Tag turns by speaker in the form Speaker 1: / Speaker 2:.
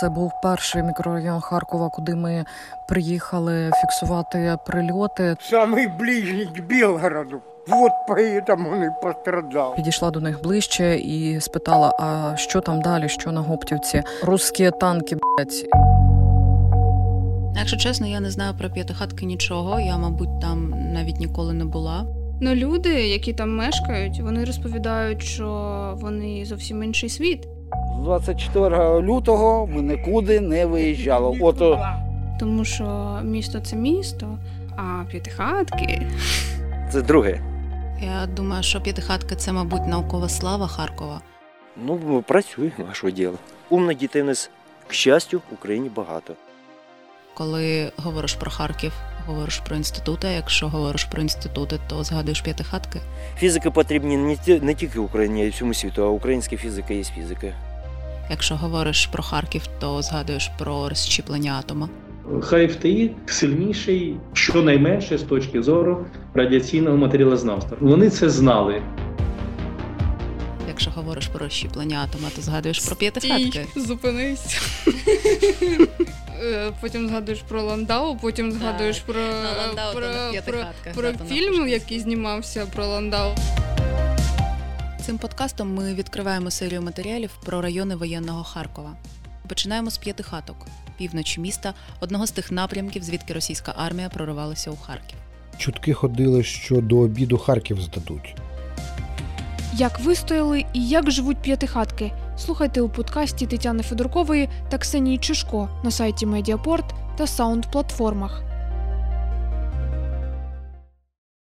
Speaker 1: Це був перший мікрорайон Харкова, куди ми приїхали фіксувати прильоти.
Speaker 2: Самый ближний к Белгороду. Вот поэтому он и пострадал.
Speaker 1: Підійшла до них ближче і спитала: а що там далі? Що на Гоптівці? Русські танки, блять.
Speaker 3: Якщо чесно, я не знаю про п'ятихатки нічого. Я, мабуть, там навіть ніколи не була.
Speaker 4: Ну, люди, які там мешкають, вони розповідають, що вони зовсім інший світ.
Speaker 5: З 24 лютого ми нікуди не виїжджали. От е,
Speaker 4: Тому що місто це місто, а п'ятихатки.
Speaker 5: це друге.
Speaker 3: Я думаю, що п'ятихатки це, мабуть, наукова слава Харкова.
Speaker 6: Ну, ми працюємо, а що діло? Умних дітей в нас, к щастю, в Україні багато.
Speaker 3: Коли говориш про Харків, говориш про інститути. а Якщо говориш про інститути, то згадуєш п'ятихатки.
Speaker 6: Фізики потрібні не, ті- не тільки Україні, а й всьому світу, а українська фізика є фізика.
Speaker 3: Якщо говориш про Харків, то згадуєш про розщеплення атома.
Speaker 7: Хай ФТІ сильніший, щонайменше з точки зору радіаційного матеріалознавства. Вони це знали.
Speaker 3: Якщо говориш про розщеплення атома, то згадуєш про п'ятихатки.
Speaker 4: Стій, зупинись. Е, потім згадуєш про Ландау, потім згадуєш про, Е, про, про, про фільм, який знімався про Ландау.
Speaker 3: Цим подкастом ми відкриваємо серію матеріалів про райони воєнного Харкова. Починаємо з п'ятихаток, півночі міста, одного з тих напрямків, звідки російська армія прорвалася у Харків.
Speaker 8: Чутки ходили, що до обіду Харків здадуть.
Speaker 9: Як вистояли і як живуть п'ятихатки? Слухайте у подкасті Тетяни Федоркової та Ксенії Чишко на сайті Медіапорт та саунд-платформах.